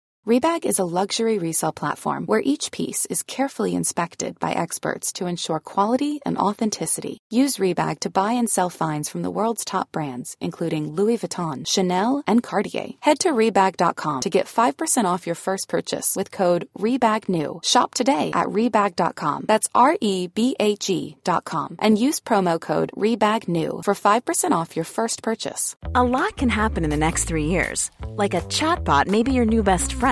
S7: Rebag is a luxury resale platform where each piece is carefully inspected by experts to ensure quality and authenticity. Use Rebag to buy and sell finds from the world's top brands, including Louis Vuitton, Chanel, and Cartier. Head to Rebag.com to get 5% off your first purchase with code REBAGNEW. Shop today at Rebag.com. That's E R-E-B-A-G.com. And use promo code REBAGNEW for 5% off your first purchase.
S8: A lot can happen in the next three years. Like a chatbot may be your new best friend.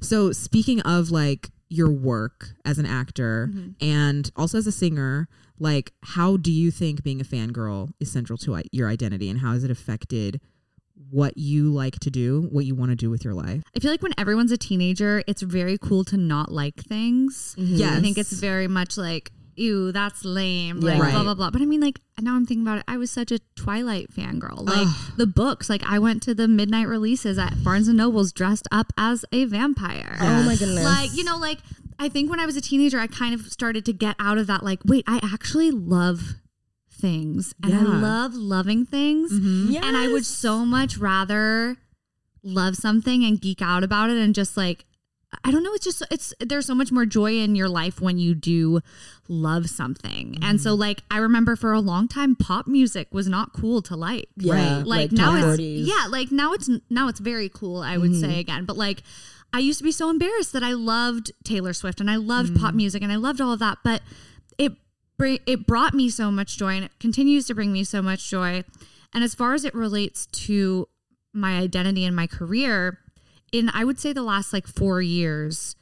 S2: So speaking of like your work as an actor and also as a singer, like how do you think being a fangirl is central to i- your identity and how has it affected what you like to do, what you want to do with your life?
S1: I feel like when everyone's a teenager, it's very cool to not like things.
S2: Mm-hmm. Yes.
S1: I think it's very much like, ew, that's lame.
S3: Yeah.
S1: Like,
S2: Right.
S1: blah, blah, blah. But I mean, like, now I'm thinking about it. I was such a Twilight fangirl. Like, the books, like, I went to the midnight releases at Barnes and Noble's dressed up as a vampire.
S3: oh my goodness.
S1: Like, you know, like, I think when I was a teenager, I kind of started to get out of that, like, wait, I actually love things and I
S2: Yeah.
S1: love loving things. And I would
S3: Mm-hmm. Yes.
S1: so much rather love something and geek out about it and just like I don't know, it's just it's there's so much more joy in your life when you do love something. And so like I remember for a long time pop music was not cool to like.
S3: Yeah,
S1: Like,
S3: like
S1: now
S3: top
S1: it's
S3: 40s.
S1: yeah, like now it's now it's very cool, I would say again. But like I used to be so embarrassed that I loved Taylor Swift and I loved pop music and I loved all of that, but it br- it brought me so much joy and it continues to bring me so much joy. And as far as it relates to my identity and my career, in I would say the last like 4 years,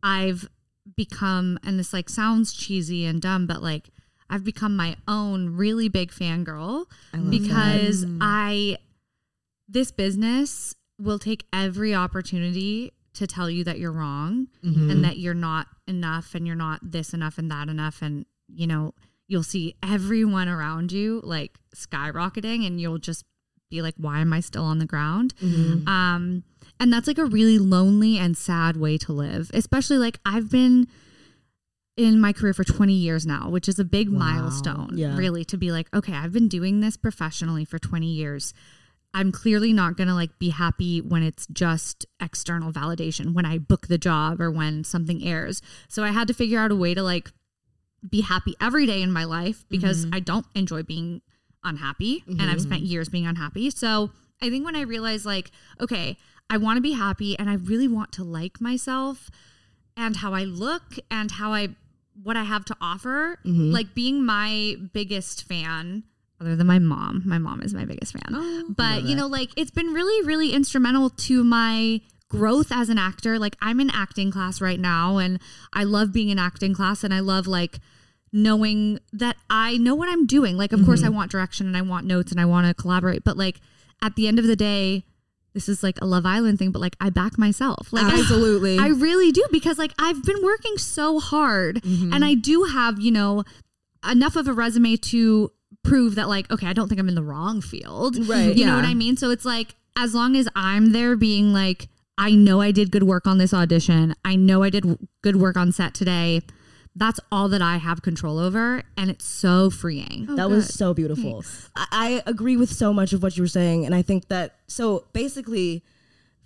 S1: I've become and this like sounds cheesy and dumb, but like I've become my own really big fangirl because I this business will take every opportunity to tell you that you're wrong and that you're not enough and you're not this enough and that enough and you know you'll see everyone around you like skyrocketing and you'll just be like why am i still on the ground um and that's like a really lonely and sad way to live especially like i've been in my career for 20 years now, which is a big milestone,
S3: Yeah.
S1: really, to be like, okay, I've been doing this professionally for 20 years. I'm clearly not going to like be happy when it's just external validation when I book the job or when something airs. So I had to figure out a way to like be happy every day in my life because I don't enjoy being unhappy and I've spent years being unhappy. So I think when I realized like, okay, I want to be happy and I really want to like myself and how I look and how I what I have to offer, like being my biggest fan other than my mom. My mom is my biggest fan. but you know like it's been really really instrumental to my growth as an actor. Like I'm in acting class right now and I love being in acting class and I love like knowing that I know what I'm doing. Like, of course, I want direction and I want notes and I want to collaborate, but like at the end of the day, this is like a Love Island thing, but like I back myself. Like, I-
S2: Absolutely.
S1: I, really do because like I've been working so hard and I do have, you know, enough of a resume to prove that like, okay, I don't think I'm in the wrong field.
S3: Right.
S1: You know what I mean? So it's like, as long as I'm there being like, I know I did good work on this audition. I know I did w- good work on set today. That's all that I have control over. And it's so freeing.
S3: that was so beautiful. I, I agree with so much of what you were saying, and I think that so basically,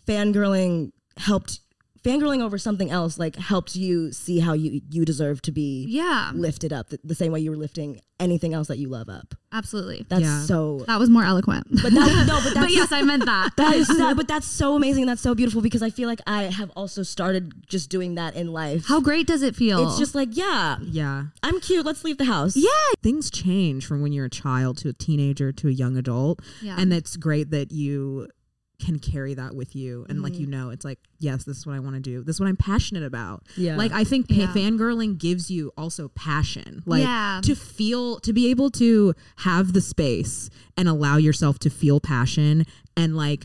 S3: fangirling helped fangirling over something else like helped you see how you you deserve to be
S1: Yeah.
S3: lifted up the, the same way you were lifting anything else that you love up.
S1: Absolutely.
S3: That's
S2: Yeah.
S3: so.
S1: That was more eloquent.
S3: But that, no, but that's
S1: but yes, I meant that.
S3: That is that, but that's so amazing. That's so beautiful because I feel like I have also started just doing that in life.
S1: How great does it feel?
S3: it's just like, yeah,
S2: yeah.
S3: I'm cute. Let's leave the house.
S1: yeah.
S2: Things change from when you're a child to a teenager to a young adult.
S1: Yeah.
S2: And it's great that you can carry that with you. And
S1: Mm-hmm.
S2: like, you know, it's like, yes, this is what I want to do. This is what I'm passionate about.
S3: Yeah.
S2: Like, I think pa-
S1: Yeah.
S2: fangirling gives you also passion. Like,
S1: Yeah.
S2: to feel, to be able to have the space and allow yourself to feel passion and like,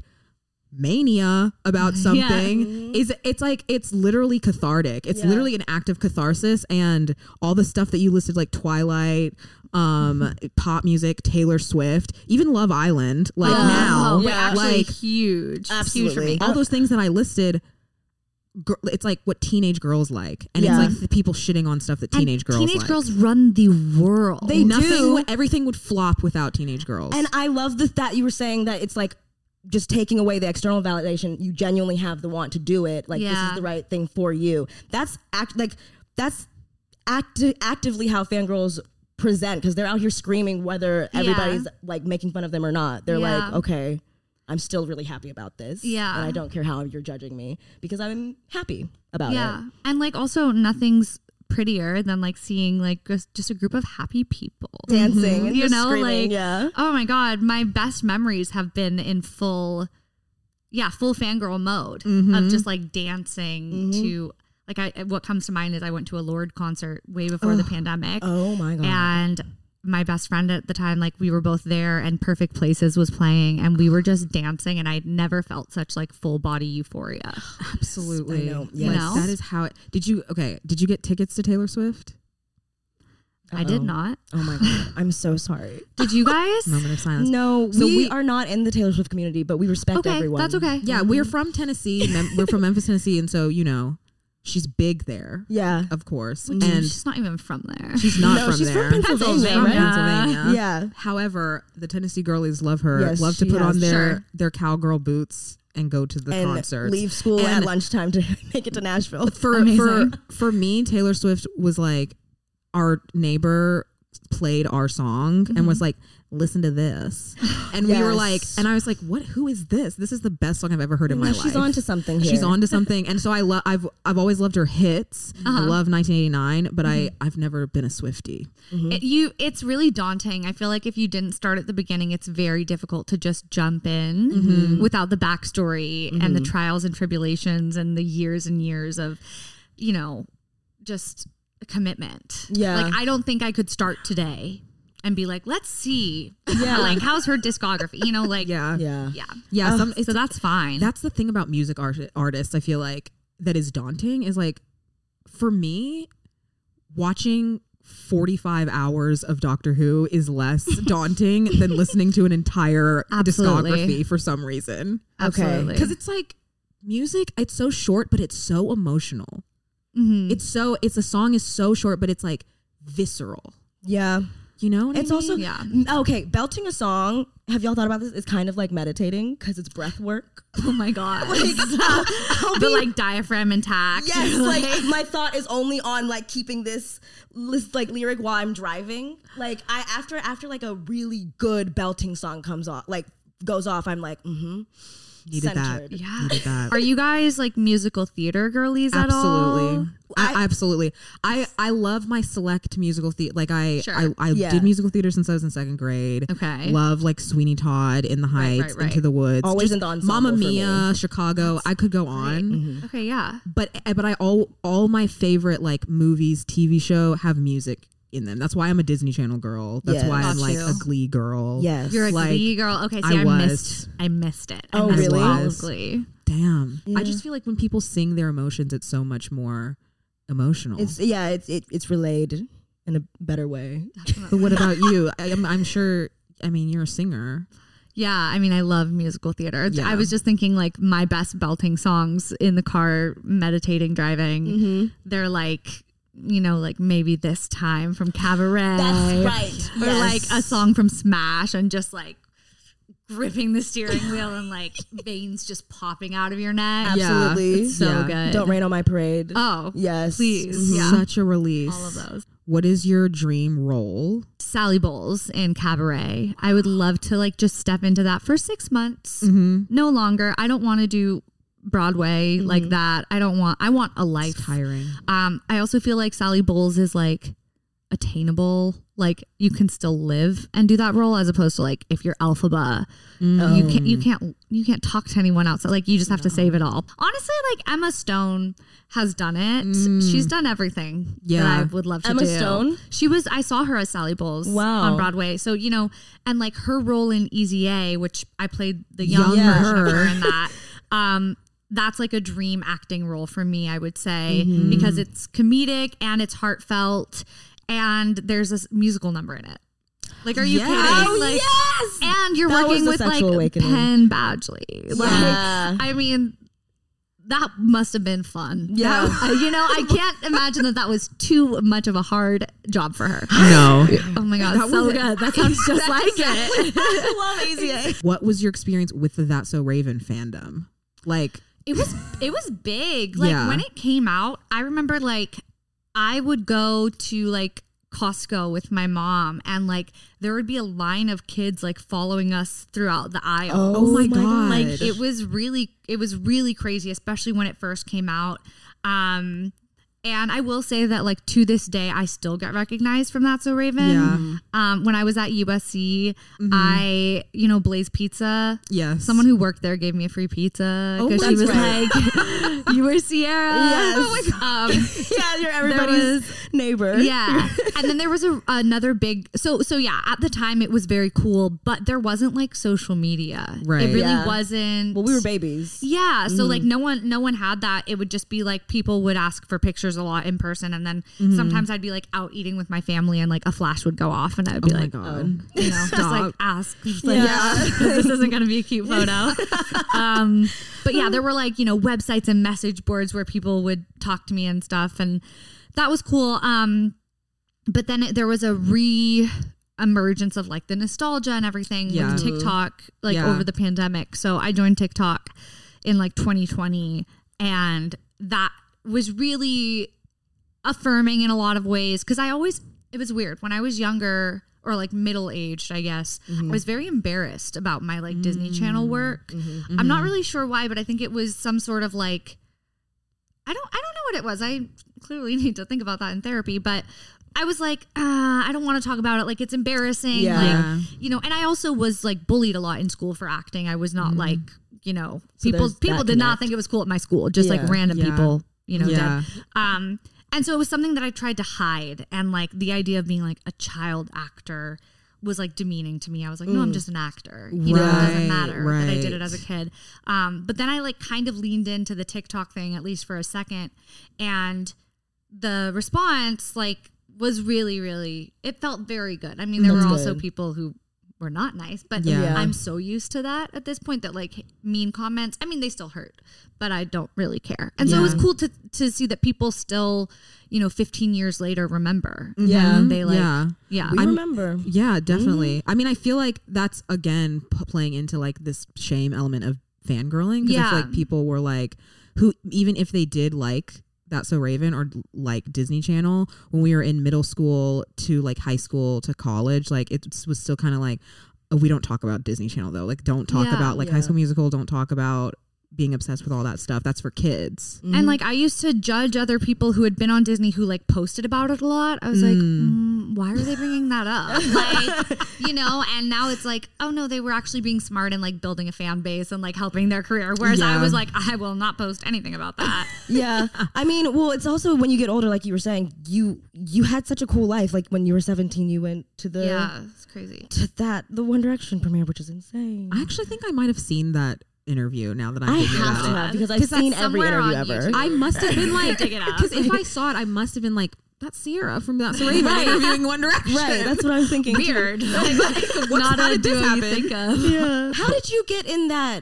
S2: mania about something
S1: Mm-hmm.
S2: is it's like it's literally cathartic it's literally an act of catharsis and all the stuff that you listed like twilight um
S1: Mm-hmm.
S2: pop music taylor swift even love island like now
S1: Wait,
S3: Oh, yeah. Uh,
S1: actually
S2: like
S1: huge. Oh, Huge for me.
S2: all those things that i listed gr- it's like what teenage girls like and
S3: Yeah.
S2: it's like the people shitting on stuff that
S1: And
S2: teenage girls
S1: Teenage
S2: like.
S1: girls run the world.
S3: They
S2: nothing
S3: do.
S2: would- everything would flop without teenage girls
S3: And I love the, that you were saying that it's like just taking away the external validation. You genuinely have the want to do it. Like this
S1: Yeah.
S3: is the right thing for you. That's act like that's act- actively how fangirls present because they're out here screaming whether
S1: Yeah.
S3: everybody's like making fun of them or not. They're like,
S1: Yeah.
S3: okay. I'm still really happy about this.
S1: Yeah.
S3: And I don't care how you're judging me because I'm happy about
S1: yeah.
S3: it.
S1: And like also nothing's prettier than like seeing like just, just a group of happy people
S3: Dancing and
S1: Mm-hmm. You
S3: just
S1: know,
S3: screaming.
S1: like
S3: yeah.
S1: oh my god, my best memories have been in full yeah, full fangirl mode
S3: Mm-hmm.
S1: of just like dancing to like I what comes to mind is I went to a Lord concert way before the pandemic.
S3: Oh my god.
S1: and my best friend at the time like we were both there and perfect places was playing and we were just dancing and i had never felt such like full body euphoria
S2: absolutely
S3: I know.
S2: Like,
S3: Yes.
S2: that is how it did you okay did you get tickets to taylor swift
S1: i did not
S3: Oh my god. I'm so sorry.
S1: did you guys
S2: moment of silence
S3: No,
S2: So
S3: we,
S2: we-
S3: are not in the Taylor Swift community, but we respect
S1: okay
S3: everyone. Mm-hmm.
S1: that's okay
S2: Yeah, we're from Tennessee. Mem- we're from Memphis, Tennessee, and so you know, she's big there,
S3: Yeah.
S2: of course,
S1: Which,
S2: and
S1: she's not even from there
S2: she's not
S3: No,
S2: from
S3: she's from
S2: there.
S3: Pennsylvania,
S2: She's from
S3: right?
S2: Pennsylvania.
S3: Yeah.
S2: However, the Tennessee girlies love her.
S3: Yes,
S2: love to
S3: she
S2: put
S3: has.
S2: on their
S1: Sure.
S2: their cowgirl boots and go to the
S3: and
S2: concerts.
S3: leave school at
S2: And
S3: lunchtime to make it to Nashville.
S2: For for
S1: Amazing.
S2: for me, Taylor Swift was like our neighbor played our song and was like listen to this and we were
S3: Mm-hmm. Yes.
S2: like and i was like what who is this this is the best song i've ever heard in my
S3: No,
S2: life
S3: she's on to something here.
S2: She's on to something, and so I love. I've I've always loved her hits. I love 1989, but I I've never been a Swifty.
S1: It- you it's really daunting i feel like if you didn't start at the beginning it's very difficult to just jump in without the backstory and the trials and tribulations and the years and years of you know just a commitment
S3: Yeah.
S1: like i don't think i could start today and be like let's see like how's her discography you know like
S2: Yeah,
S3: Yeah.
S1: yeah
S2: yeah. some, it's,
S1: so that's fine
S2: that's the thing about music art, artists. I feel like that is daunting. Is like for me, watching 45 hours of Doctor Who is less daunting than listening to an entire
S1: Absolutely.
S2: discography for some reason.
S1: absolutely
S2: because it's like music it's so short but it's so emotional It's so it's a song is so short, but it's like visceral.
S3: Yeah.
S2: You know, what I
S3: It's also
S2: mean?
S3: yeah. okay. Belching a song. Have y'all thought about this? It's kind of like meditating because it's breath work.
S1: Oh my god.
S3: be-
S1: the like diaphragm intact.
S3: Yes, like my thought is only on like keeping this list, like lyric while I'm driving. Like I after after like a really good belting song comes off, like goes off, I'm like, mm-hmm.
S2: needed
S3: centered.
S2: that. Yeah, needed that.
S1: Are you guys like musical theater girlies at all?
S2: absolutely I, absolutely i i love my select musical theater like i i, I
S3: Yeah.
S2: did musical theater since i was in second grade
S1: Okay.
S2: love like sweeney todd in the heights
S1: right,
S2: into the woods
S3: Always in the ensemble
S2: mama
S3: for me. Mm-hmm.
S2: mia chicago i could go on
S1: Okay, yeah.
S2: but but i all all my favorite like movies tv show have music in them that's why i'm a disney channel girl that's
S3: Yes.
S2: why i'm
S3: Got
S2: like
S1: you.
S2: a glee girl
S3: Yes.
S1: You're a
S2: Like,
S1: Glee girl. Okay,
S2: I
S1: see, I,
S2: was.
S1: missed. I missed it. I
S3: Oh,
S1: missed
S3: really?
S1: All of Glee.
S2: damn i just feel like when people sing their emotions it's so much more emotional
S3: It's
S1: Mm-hmm.
S3: yeah, it's it, it's relayed in a better way.
S2: But what about you? I, I'm, I'm sure. I mean, you're a singer.
S1: Yeah, I mean, I love musical theater.
S2: Yeah.
S1: I was just thinking, like, my best belting songs in the car, meditating, driving.
S2: Mm-hmm.
S1: They're like, you know, like maybe this time from Cabaret.
S3: right.
S1: Or like a song from Smash and just like gripping the steering wheel and like veins just popping out of your neck.
S3: Absolutely.
S1: It's so
S2: Yeah. Mm-hmm.
S1: good.
S3: Don't rain on my parade.
S1: Oh,
S3: yes,
S1: please. Yeah.
S2: Such a release.
S1: All of those.
S2: What is your dream role?
S1: Sally Bowles in Cabaret. I would love to like just step into that for six months. No longer. I don't want to do Broadway like that. I don't want, I want a life.
S2: It's tiring.
S1: Um, I also feel like Sally Bowles is like attainable. Like you can still live and do that role, as opposed to like if you're Alphaba, you can't you can't you can't talk to anyone outside. Like you just have to save it all. Honestly, like Emma Stone has done it. She's done everything.
S2: Yeah.
S1: that I would love to
S3: Emma
S1: do.
S3: Stone?
S1: She was. I saw her as Sally Bowles.
S3: Wow.
S1: on Broadway. So you know, and like her role in Easy A, which I played the young
S2: Young
S1: version of
S2: her.
S1: her in that. Um, that's like a dream acting role for me, I would say, because it's comedic and it's heartfelt, and there's a s- musical number in it. Like, are you
S2: Yes.
S1: kidding?
S2: Oh,
S1: like, yes! And you're
S3: That was
S1: working
S3: the
S1: with like
S3: sexual awakening.
S1: Penn Badgley. Like,
S3: Yeah.
S1: I mean, that must have been fun.
S3: Yeah.
S1: That- you know, I can't imagine that that was too much of a hard job for her.
S2: No.
S1: Oh my god, so good. That sounds just like it.
S2: what was your experience with the That So Raven fandom? Like,
S1: It was it was big. Like
S2: Yeah.
S1: when it came out, I remember like I would go to like Costco with my mom and like there would be a line of kids like following us throughout the aisle.
S2: oh, my
S3: my
S2: god,
S1: Like it was really it was really crazy, especially when it first came out. Um and I will say that like to this day I still get recognized from That's So Raven.
S2: Yeah. Mm-hmm.
S1: Um when I was at USC, I, you know, Blaze Pizza.
S2: yes.
S1: Someone who worked there gave me a free pizza
S2: Oh,
S1: because she
S2: that's
S1: was
S2: right.
S1: like, "You were Sierra."
S3: Yes.
S1: Um,
S3: yeah, you're
S1: everybody's
S3: neighbor.
S1: Um, yeah. And then there was a, another big. So so yeah. At the time, it was very cool, but there wasn't like social media.
S2: Right.
S1: It really
S3: Yeah.
S1: wasn't.
S3: Well, we were babies.
S1: Yeah,
S2: Mm-hmm.
S1: so like no one no one had that. It would just be like people would ask for pictures a lot in person and then
S2: Mm-hmm.
S1: sometimes I'd be like out eating with my family and like a flash would go off and I'd be
S2: Oh my
S1: like,
S2: God.
S1: oh, you know, just like ask Just, like,
S3: Yeah.
S1: this isn't going to be a cute photo. um but yeah, there were like, you know, websites and message boards where people would talk to me and stuff and that was cool. Um but then it, there was a re emergence of like the nostalgia and everything
S2: Yeah.
S1: with TikTok like
S2: Yeah.
S1: over the pandemic. So I joined TikTok in like 2020 and that was really affirming in a lot of ways cuz I always it was weird when I was younger or like middle aged, I guess. I was very embarrassed about my like Disney Channel work. I'm not really sure why, but I think it was some sort of like I don't I don't know what it was. I clearly need to think about that in therapy, but I was like, uh, I don't want to talk about it. Like it's embarrassing.
S3: Yeah.
S1: Like you know, and I also was like bullied a lot in school for acting. I was not like, you
S3: Mm.
S1: know,
S3: So
S1: people
S3: there's that
S1: people did not
S3: connect.
S1: think it was cool at my school. Just
S3: Yeah.
S1: like random
S2: Yeah.
S1: people, you know,
S2: Yeah.
S1: did. Um and so it was something that I tried to hide and like the idea of being like a child actor was like demeaning to me. I was like, no,
S3: Mm.
S1: I'm just an actor. You know, it
S2: Right,
S1: doesn't matter that I did it
S2: right.
S1: as a kid. Um, but then I like kind of leaned into the TikTok thing at least for a second, and the response like was really, really. It felt very good. I mean, there were also people who were or not nice, but
S2: Yeah. Yeah.
S1: I'm so used to that at this point that like mean comments, I mean, they still hurt, but I don't really care. And so it was
S2: Yeah.
S1: cool to, to see that people still, you know, 15 years later remember. when
S2: Yeah.
S1: They like,
S2: Mm-hmm. Yeah.
S1: yeah.
S3: We
S2: I'm-
S3: remember.
S2: Yeah, definitely.
S3: Mm-hmm.
S2: I mean, I feel like that's again p- playing into like this shame element of fangirling. Because
S1: Yeah.
S2: like people were like, who even if they did like That's So Raven or like Disney Channel when we were in middle school to like high school to college, like it s- was still kind of like oh, we don't talk about Disney Channel though. Like don't talk
S1: Yeah,
S2: about like High
S3: yeah.
S2: School Musical. Don't talk about being obsessed with all that stuff. That's for kids.
S3: Mm.
S1: And like I used to judge other people who had been on Disney who like posted about it a lot. I was like, mm, why are they bringing that up? like, you know. And now it's like, oh no, they were actually being smart and like building a fan base and like helping their career. Whereas
S2: Yeah.
S1: I was like, I will not post anything about that.
S3: yeah i mean well it's also when you get older like you were saying you you had such a cool life like when you were 17 you went to the
S1: yeah, it's crazy.
S3: to that the one direction premiere which is insane
S2: I actually think I might have seen that interview now that I'm
S3: I
S2: thinking
S3: have
S2: about
S3: to
S2: it.
S3: have because i've
S1: Because that's
S3: seen every
S1: somewhere
S3: interview
S1: on
S3: ever
S1: YouTube.
S2: I must have been like,
S1: Dig it out.
S2: because if I saw it, I must have been like, that's Sierra from That's Raven interviewing One Direction.
S3: right that's what i'm thinking too.
S1: Weird. Like, not
S2: how
S1: a
S2: did this
S1: duo you
S2: happen?
S1: think of.
S3: yeah how did you get in that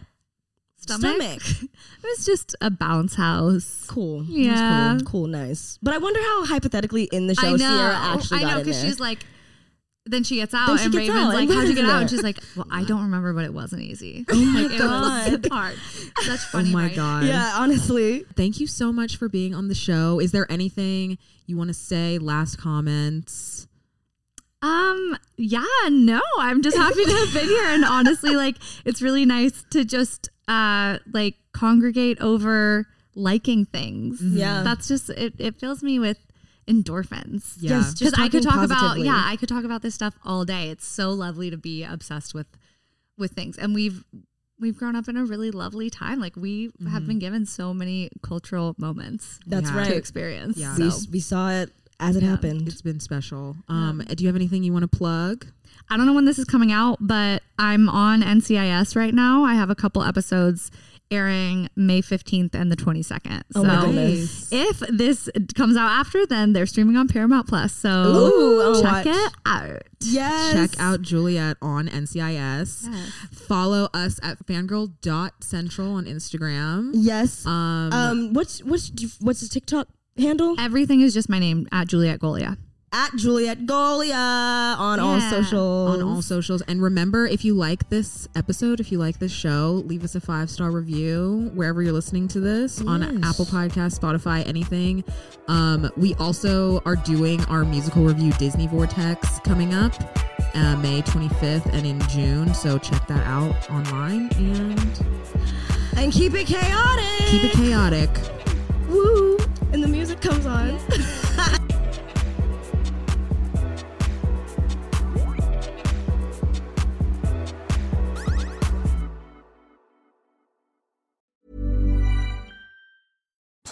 S1: Stomach?
S3: stomach,
S1: It was just a bounce house.
S3: cool
S1: Yeah.
S3: cool nice but i wonder how hypothetically in the show
S1: I know.
S3: sierra actually
S1: I
S3: got
S1: know
S3: in there.
S1: because she's like. Then she gets out,
S3: Then she
S1: and
S3: gets
S1: Raven's
S3: out, and
S1: like, "How'd you
S3: Raven's
S1: get out?"
S3: there.
S1: And she's like, "Well, I don't remember, but it wasn't easy. Oh my
S3: God.
S1: hard. Such
S2: Oh
S1: funny.
S2: my
S1: writing.
S2: God.
S3: yeah honestly
S2: Thank you so much for being on the show. Is there anything you want to say? Last comments?
S1: Um. Yeah. No. I'm just happy to have been here, and honestly, like, it's really nice to just uh like congregate over liking things.
S3: Mm-hmm. Yeah.
S1: That's just it. It fills me with endorphins.
S2: Yeah.
S3: Yes, just
S1: because I could
S3: talking
S1: talk
S3: positively.
S1: about yeah, I could talk about this stuff all day. It's so lovely to be obsessed with with things, and we've we've grown up in a really lovely time. Like we have been given so many cultural moments
S3: that's
S2: Yeah.
S1: to
S3: Mm-hmm. right
S1: experience.
S2: Yeah.
S3: we,
S1: So
S3: we saw it as it happened
S2: It's been special. Um, Do you have anything you want to plug?
S1: I don't know when this is coming out, but I'm on NCIS right now. I have a couple episodes airing May 15th and the 22nd.
S3: oh
S1: so
S3: my goodness
S1: if this comes out after, then they're streaming on Paramount Plus. So
S3: Ooh, I'll
S1: check
S3: watch.
S1: it out.
S3: yes
S2: Check out Juliet on NCIS. Follow us at fangirl.central on Instagram.
S3: yes
S2: Um,
S3: Um, what's what's what's his TikTok handle?
S1: Everything is just my name at Juliet Golia.
S3: At Juliet Golia on all
S1: Yeah.
S3: social.
S2: on all socials. And remember, if you like this episode, if you like this show, leave us a five star review wherever you're listening to this on Apple Podcasts, Spotify, anything. Um, we also are doing our musical review Disney Vortex coming up uh, May 25th and in June. So check that out online and
S3: and keep it chaotic.
S2: keep it chaotic.
S3: Woo! And the music comes on.